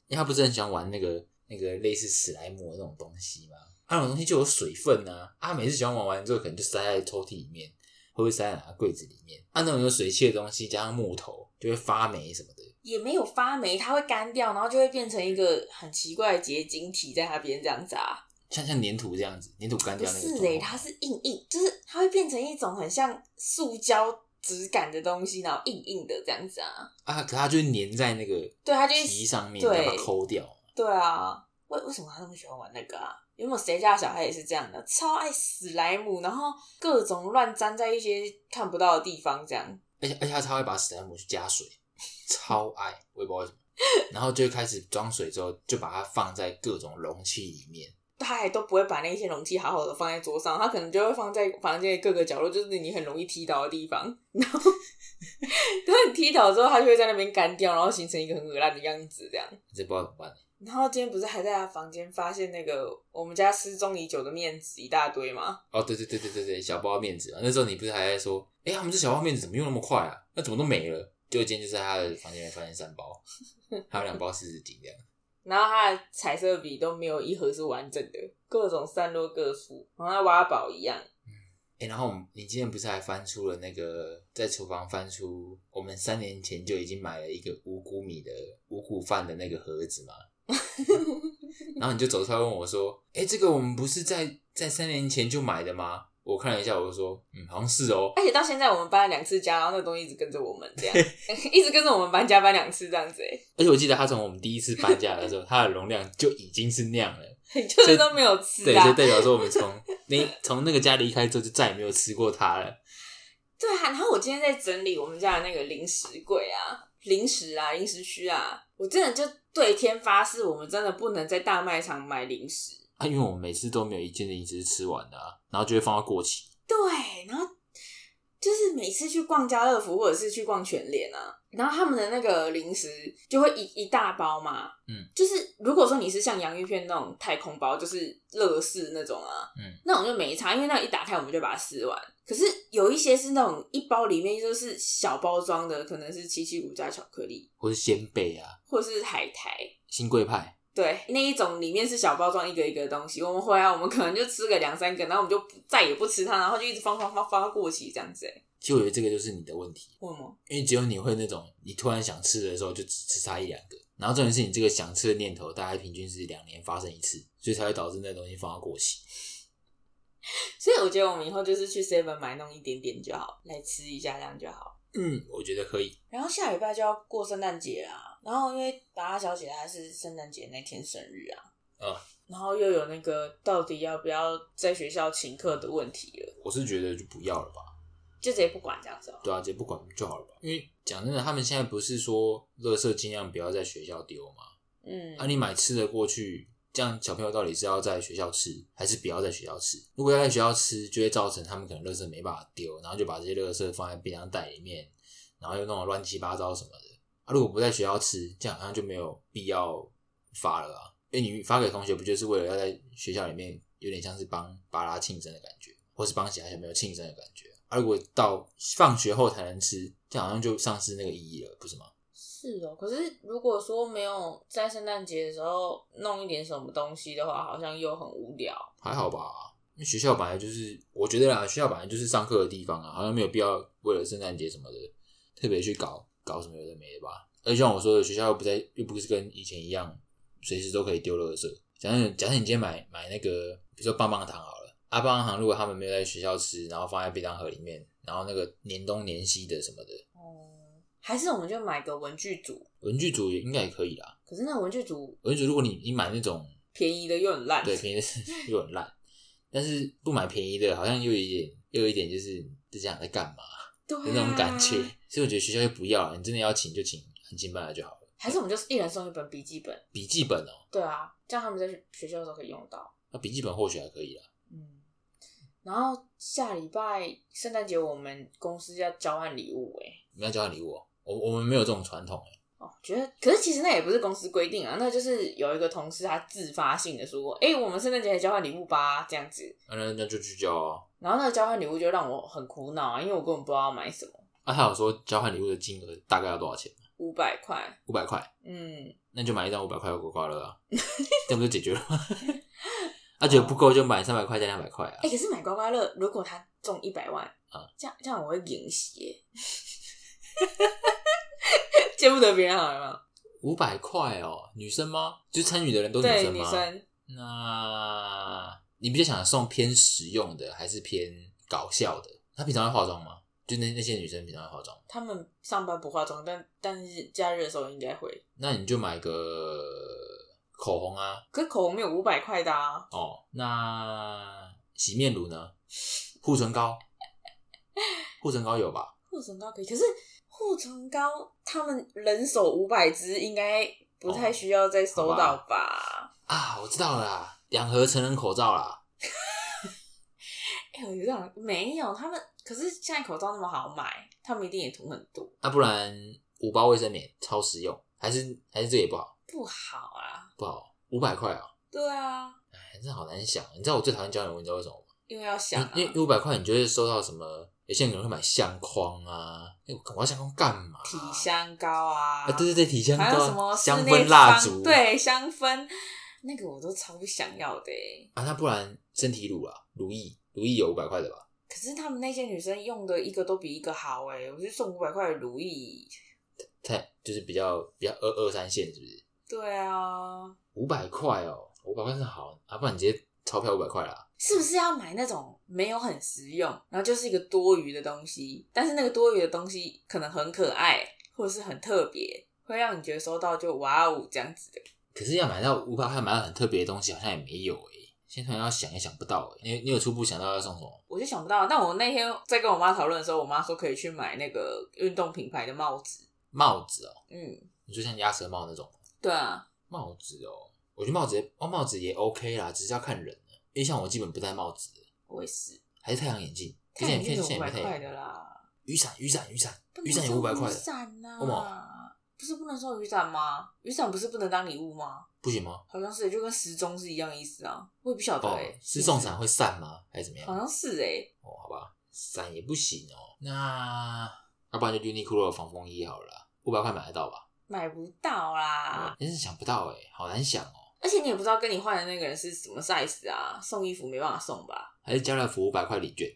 S1: 因为他不是很喜欢玩那个那个类似史莱姆的那种东西吗？啊那种东西就有水分啊，啊，他每次喜欢玩完之后，可能就塞在抽屉里面，或者塞在哪个柜子里面。啊，那种有水汽的东西加上木头，就会发霉什么的。
S2: 也没有发霉，它会干掉，然后就会变成一个很奇怪的结晶体在那边这样子啊。
S1: 像像粘土这样子，粘土干
S2: 不
S1: 掉那个啊
S2: 是
S1: 状
S2: 诶、
S1: 况
S2: 它是硬硬，就是它会变成一种很像塑胶质感的东西，然后硬硬的这样子啊。
S1: 啊，可它就会粘在那个
S2: 对，它就会
S1: 皮上面，
S2: 对
S1: 要把它抠掉。
S2: 对啊，为为什么他那么喜欢玩那个啊？有没有谁家的小孩也是这样的，超爱史莱姆，然后各种乱粘在一些看不到的地方，这样
S1: 而且而且他超爱把史莱姆去加水，超爱，我也不知道为什么。然后就开始装水之后，就把它放在各种容器里面。
S2: 他还都不会把那些容器好好的放在桌上，他可能就会放在房间的各个角落，就是你很容易踢倒的地方。然后， 等你踢倒之后，他就会在那边干掉，然后形成一个很恶烂的样子，这样。
S1: 这不知道怎么办。
S2: 然后今天不是还在他房间发现那个我们家失踪已久的面纸一大堆吗？
S1: 哦，对对对对对对，小包面纸嘛。那时候你不是还在说，哎、他们这小包面纸怎么用那么快啊？那怎么都没了？就今天就在他的房间里发现三包， 还有两包湿纸巾这样。
S2: 然后他的彩色笔都没有一盒是完整的，各种散落各处，好像在挖宝一样。
S1: 哎、然后我们你今天不是还翻出了那个在厨房翻出我们三年前就已经买了一个五谷米的五谷饭的那个盒子吗？然后你就走出来问我说：“哎、这个我们不是在在三年前就买的吗？”我看了一下，我就说：“嗯，好像是哦。
S2: 而且到现在我们搬了两次家，然后那个东西一直跟着我们，这样 一直跟着我们搬家搬两次这样子、欸，”
S1: 而且我记得他从我们第一次搬家的时候，它的容量就已经是那样了。
S2: 就是都没有吃
S1: 对，
S2: 啊
S1: 就。代表说我们从那 从那个家离开之后，就再也没有吃过它了。
S2: 对啊，然后我今天在整理我们家的那个零食柜啊、零食啊、零食区啊，我真的就对天发誓，我们真的不能在大卖场买零食。
S1: 啊，因为我们每次都没有一件零食是吃完的、啊，然后就会放到过期。
S2: 对，然后就是每次去逛家乐福或者是去逛全联啊，然后他们的那个零食就会一一大包嘛，
S1: 嗯，
S2: 就是如果说你是像洋芋片那种太空包，就是乐事那种啊，
S1: 嗯，
S2: 那种就没差，因为那一打开我们就把它撕完。可是有一些是那种一包里面就是小包装的，可能是七七五加巧克力
S1: 或是鲜贝啊、
S2: 或是海苔，
S1: 新贵派，
S2: 对，那一种里面是小包装一个一个的东西，我们回来我们可能就吃个两三个，然后我们就不再也不吃它，然后就一直放放放放到过期这样子、欸。
S1: 其实我觉得这个就是你的问题，
S2: 为什么？
S1: 因为只有你会那种你突然想吃的时候就只吃它一两个，然后重点是你这个想吃的念头大概平均是两年发生一次，所以才会导致那东西放到过期。
S2: 所以我觉得我们以后就是去 Seven 买弄一点点就好，来吃一下这样就好。
S1: 嗯，我觉得可以。
S2: 然后下礼拜就要过圣诞节啦，然后因为达拉小姐她是圣诞节那天生日啊，
S1: 嗯，
S2: 然后又有那个到底要不要在学校请客的问题了，
S1: 我是觉得就不要了吧。
S2: 就直接不管这样子哦、
S1: 对啊，直接不管就好了吧。因为讲真的，他们现在不是说垃圾尽量不要在学校丢吗？
S2: 嗯
S1: 啊，你买吃的过去，这样小朋友到底是要在学校吃，还是不要在学校吃？如果要在学校吃，就会造成他们可能垃圾没办法丢，然后就把这些垃圾放在便当袋里面，然后又弄得乱七八糟什么的。啊，如果不在学校吃，这样好像就没有必要发了啊，因为你发给同学不就是为了要在学校里面有点像是帮巴拉庆生的感觉，或是帮其他小朋友庆生的感觉。啊，如果到放学后才能吃，这样好像就丧失那个意义了，不是吗？
S2: 是哦，可是如果说没有在圣诞节的时候弄一点什么东西的话，好像又很无聊。
S1: 还好吧，因为学校本来就是，我觉得啦，学校本来就是上课的地方啊，好像没有必要为了圣诞节什么的特别去搞搞什么有的没的吧。而且像我说的，学校又不在，又不是跟以前一样，随时都可以丢垃圾。假设假设你今天买买那个，比如说棒棒糖好了，啊，棒棒糖如果他们没有在学校吃，然后放在便当盒里面，然后那个年冬年西的什么的，
S2: 哦，还是我们就买个文具组，
S1: 文具组也应该也可以啦。
S2: 可是那文具组
S1: 文具组如果你你买那种
S2: 便宜的又很烂。
S1: 对，便宜的又很烂，但是不买便宜的，好像又有一点，又有一点就是这家长在干嘛
S2: 对啊
S1: 的那种感觉。所以我觉得学校就不要了，你真的要请就请安亲班的就好了。
S2: 还是我们就是一人送一本笔记本。
S1: 笔记本哦，
S2: 对啊，这样他们在学学校的时候可以用到。
S1: 那笔记本或许还可以啦。
S2: 嗯，然后下礼拜圣诞节我们公司要交换礼物、欸，
S1: 你们要交换礼物、哦，我我们没有这种传统哎、
S2: 哦，觉得可是其实那也不是公司规定啊，那就是有一个同事他自发性的说，哎、我们圣诞节来交换礼物吧，这样子。
S1: 啊那那就去交啊。
S2: 然后那个交换礼物就让我很苦恼啊，因为我根本不知道要买什么，
S1: 啊，他有说交换礼物的金额大概要多少钱？
S2: 五百块，
S1: 五百块，
S2: 嗯，
S1: 那就买一张五百块的刮刮乐 啊，这样不就解决了吗？ 啊，觉得不够就买三百块加两百块啊
S2: 哎、。可是买刮刮乐，如果他中一百万
S1: 啊，
S2: 这样这样我会赢邪，见不得别人好了
S1: 五百块哦，女生吗？就参与的人都
S2: 嘛，
S1: 是女
S2: 对，
S1: 生
S2: 女
S1: 吗？
S2: 生
S1: 那你比较想送偏实用的，还是偏搞笑的？她平常会化妆吗？就那那些女生平常会化妆吗，
S2: 他们上班不化妆，但但是假日的时候应该会，
S1: 那你就买个口红啊，
S2: 可是口红没有五百块的啊，
S1: 哦，那洗面乳呢？护唇膏，护唇膏有吧？
S2: 护唇膏可以，可是护唇膏他们人手五百支，应该不
S1: 哦
S2: 太需要再收到吧？
S1: 啊，我知道了啦，两盒成人口罩啦。
S2: 哎、我有点没有他们，可是现在口罩那么好买，他们一定也囤很多，
S1: 啊，不然五包卫生棉超实用，还是还是这也不好，
S2: 不好啊。
S1: 不好，五百块啊，
S2: 对啊，
S1: 哎，真的好难想。你知道我最讨厌交友文，你知道为什么吗？
S2: 因为要想、啊，
S1: 因为五百块，你就会收到什么？有些人可能会买相框啊，哎、我我要相框干嘛、啊
S2: 体香膏啊，
S1: 啊，对对对，体香膏
S2: 还有什么
S1: 啊、香
S2: 室内
S1: 氛蜡
S2: 芳
S1: 烛，
S2: 对，香氛那个我都超不想要的欸。
S1: 啊，那不然身体乳啊，乳液，乳液有五百块的吧？
S2: 可是他们那些女生用的一个都比一个好哎、我觉得送五百块的如意，
S1: 太就是比较比较二二三线，是不是？
S2: 对啊，
S1: 五百块哦，五百块是好啊，不然你直接钞票五百块啦。
S2: 是不是要买那种没有很实用，然后就是一个多余的东西？但是那个多余的东西可能很可爱，或者是很特别，会让你觉得收到就哇哦这样子的。
S1: 可是要买到五百块买到很特别的东西，好像也没有诶、现在突然要想也想不到诶、你你有初步想到要送什么？
S2: 我就想不到，但我那天在跟我妈讨论的时候，我妈说可以去买那个运动品牌的帽子。
S1: 帽子哦，
S2: 嗯，
S1: 你说像鸭舌帽那种
S2: 对啊，
S1: 帽子哦，我觉得帽子也哦帽子也 OK 啦，只是要看人了。因为像我基本不戴帽子的，
S2: 我也是。
S1: 还是太阳眼镜，
S2: 太阳镜
S1: 现在
S2: 有
S1: 现
S2: 五
S1: 在
S2: 百
S1: 也没太
S2: 块
S1: 阳
S2: 的啦。
S1: 雨伞雨伞雨伞
S2: 不能
S1: 雨伞啊有
S2: 送
S1: 五百块哦的，
S2: 雨伞呐、
S1: 为什
S2: 不是不能送雨伞吗？雨伞不是不能当礼物吗？
S1: 不行吗？
S2: 好像是，就跟时钟是一样意思啊。我也不晓得
S1: 哦
S2: 哎、，
S1: 是送伞会散吗？还是怎么样？
S2: 好像是哎、
S1: 哦，好吧，伞也不行哦。那要不然就 Uniqlo 的防风衣好了啦，五百块买得到吧？
S2: 买不到啦。
S1: 真是想不到哎、好难想哦。
S2: 而且你也不知道跟你换的那个人是什么 size 啊，送衣服没办法送吧？
S1: 还是家乐福五百块礼券，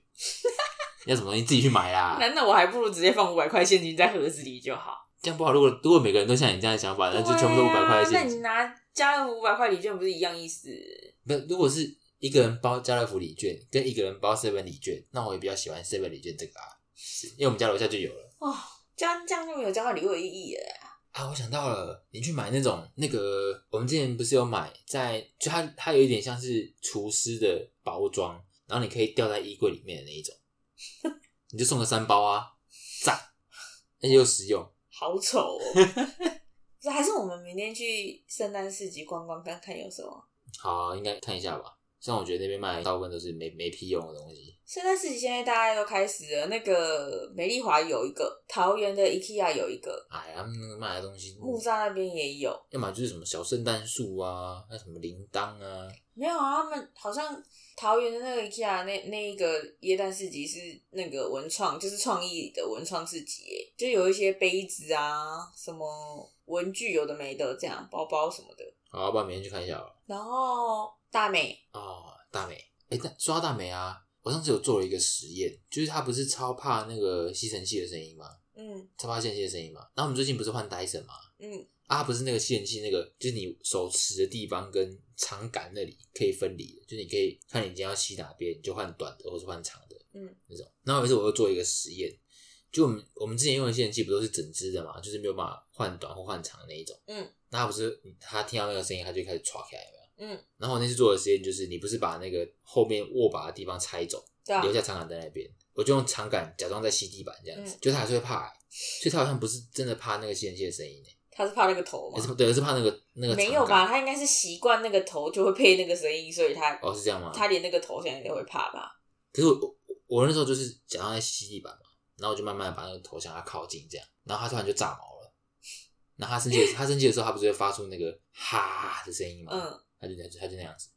S1: 要什么东西自己去买啦。
S2: 那那我还不如直接放五百块现金在盒子里就好。
S1: 这样不好。如果如果每个人都像你这样的想法，那就全部都五百块的
S2: 对啊
S1: 现
S2: 那你
S1: 金。
S2: 拿加了五百块礼券不是一样意思？
S1: 不是，如果是一个人包家乐福礼券，跟一个人包 seven 礼券，那我也比较喜欢 seven 礼券这个啊，是因为我们家楼下就有了。
S2: 这样这样就没有交换礼物的意义了。
S1: 啊，我想到了，你去买那种那个，我们之前不是有买在，就它它有一点像是厨师的包装，然后你可以吊在衣柜里面的那一种， 你就送个三包啊，赞，而且又实用。
S2: 好丑哦！这还是我们明天去圣诞市集逛逛看看有什么。
S1: 好，应该看一下吧。虽然我觉得那边卖的大部分都是没没屁用的东西，
S2: 圣诞市集现在大家都开始了，那个美丽华有一个，桃园的 IKEA 有一个，
S1: 哎呀，他们那个卖的东西，嗯
S2: 木栅那边也有。
S1: 要么就是什么小圣诞树啊，那什么铃铛啊，
S2: 没有啊，他们好像桃园的那个 IKEA 那那一个耶诞市集是那个文创，就是创意的文创市集耶，就有一些杯子啊，什么文具有的没的，这样包包什么的。
S1: 好，不然明天去看一下好了。
S2: 然后大美
S1: 哦，大美，哎、但说到大美啊，我上次有做了一个实验，就是他不是超怕那个吸尘器的声音吗？
S2: 嗯
S1: 超怕吸尘器的声音吗？然后我们最近不是换 Dyson 吗？
S2: 嗯，
S1: 啊，它不是那个吸尘器，那个就是你手持的地方跟长杆那里可以分离的，就是你可以看你今天要吸哪边，你就换短的或是换长的，
S2: 嗯，
S1: 那种。然后有一次我又做一个实验，就我们我们之前用的吸尘器不都是整只的嘛，就是没有办法换短或换长的那一种，
S2: 嗯，
S1: 那它不是它听到那个声音，它就开始抓起来了。
S2: 嗯，
S1: 然后我那次做的实验就是，你不是把那个后面握把的地方拆走，
S2: 对啊
S1: 留，下长杆在那边，我就用长杆假装在吸地板这样子，
S2: 嗯
S1: 就他还是会怕、欸，所以他好像不是真的怕那个吸尘器的声音、欸，
S2: 他是怕那个头吗
S1: 还？是对，是怕那个那个
S2: 没
S1: 长
S2: 有吧？
S1: 杆？
S2: 他应该是习惯那个头就会配那个声音，所以他、
S1: 哦，是这样吗？
S2: 他连那个头现在都会怕吧？
S1: 可是我我我那时候就是假装在吸地板嘛，然后我就慢慢地把那个头向他靠近这样，然后他突然就炸毛了，然后他生气的，他生气的时候，他不是会发出那个哈的声音吗？
S2: 嗯，
S1: 他就他就他就那样子，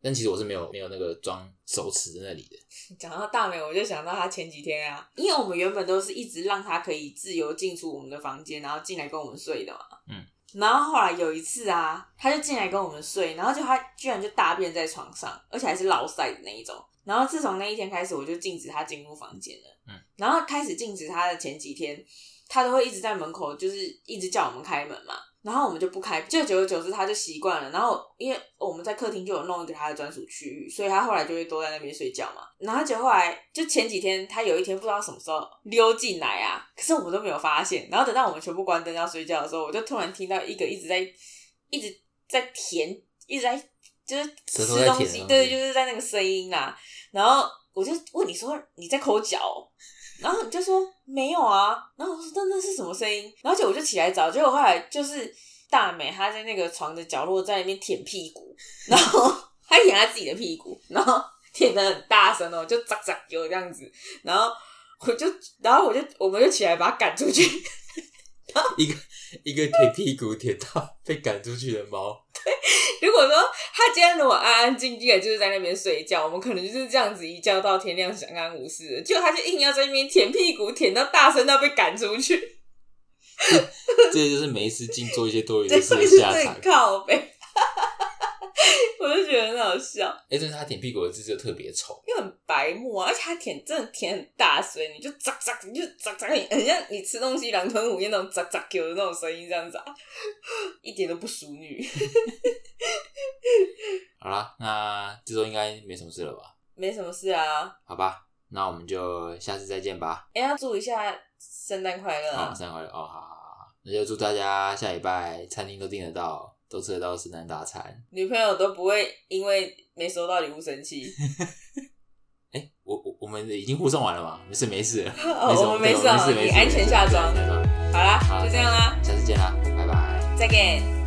S1: 但其实我是没有没有那个装手持的那里的。
S2: 讲到大美，我就想到他前几天啊，因为我们原本都是一直让他可以自由进出我们的房间，然后进来跟我们睡的嘛。
S1: 嗯。
S2: 然后后来有一次啊，他就进来跟我们睡，然后就他居然就大便在床上，而且还是落塞的那一种。然后自从那一天开始，我就禁止他进入房间了。
S1: 嗯。
S2: 然后开始禁止他的前几天，他都会一直在门口，就是一直叫我们开门嘛。然后我们就不开，就久而久之他就习惯了。然后因为我们在客厅就有弄一个他的专属区域，所以他后来就会都在那边睡觉嘛。然后结果后来就前几天，他有一天不知道什么时候溜进来啊，可是我们都没有发现。然后等到我们全部关灯要睡觉的时候，我就突然听到一个一直在一直在舔，一直在就是
S1: 舌
S2: 吃
S1: 头在舔啊
S2: 东
S1: 东
S2: 西
S1: 西，
S2: 对，就是在那个声音啦。然后我就问你说你在抠脚哦、然后你就说没有啊，然后我说那那是什么声音？然后结果我就起来找，结果后来就是大美她在那个床的角落在那边舔屁股， 然后她舔她自己的屁股，然后舔的很大声哦，就喳喳有这样子，然后我就然后我就我们就起来把她赶出去，
S1: 一个一个舔屁股舔到被赶出去的 猫，
S2: 如果说他今天如果安安静静的，就是在那边睡觉，我们可能就是这样子一觉到天亮，相安无事的。结果他就硬要在那边舔屁股，舔到大声到被赶出去，
S1: 这就是没事净做一些多余
S2: 这
S1: 的事
S2: 会
S1: 的
S2: 是
S1: 下
S2: 最
S1: 场。啊
S2: 靠背。 我就觉得很好笑，
S1: 哎、但是他舔屁股的姿势就特别丑，
S2: 因为很白目啊，而且他舔真的舔很大声，你就喳喳，你就喳喳，你很像你吃东西狼吞虎咽那种喳喳有的那种声音，这样子、啊， 一点都不淑女。
S1: 好啦，那这周应该没什么事了吧？
S2: 没什么事啊，
S1: 好吧，那我们就下次再见吧。
S2: 哎、要祝一下圣诞快乐
S1: 好、
S2: 啊！
S1: 生日快乐哦，好好好好，那就祝大家下礼拜餐厅都订得到，都吃得到圣诞大餐。
S2: 女朋友都不会因为没收到礼物生气。
S1: 哎、我我我们已经互送完了嘛，没事没事了，
S2: 哦
S1: 什
S2: 我
S1: 么
S2: 们没
S1: 对
S2: 事
S1: 我没
S2: 哦
S1: 事，没事，
S2: 你安全下
S1: 没事
S2: 装
S1: 安全下装
S2: 好啦
S1: 好，
S2: 就这样啦，
S1: 下次见啦，拜拜。
S2: 再见。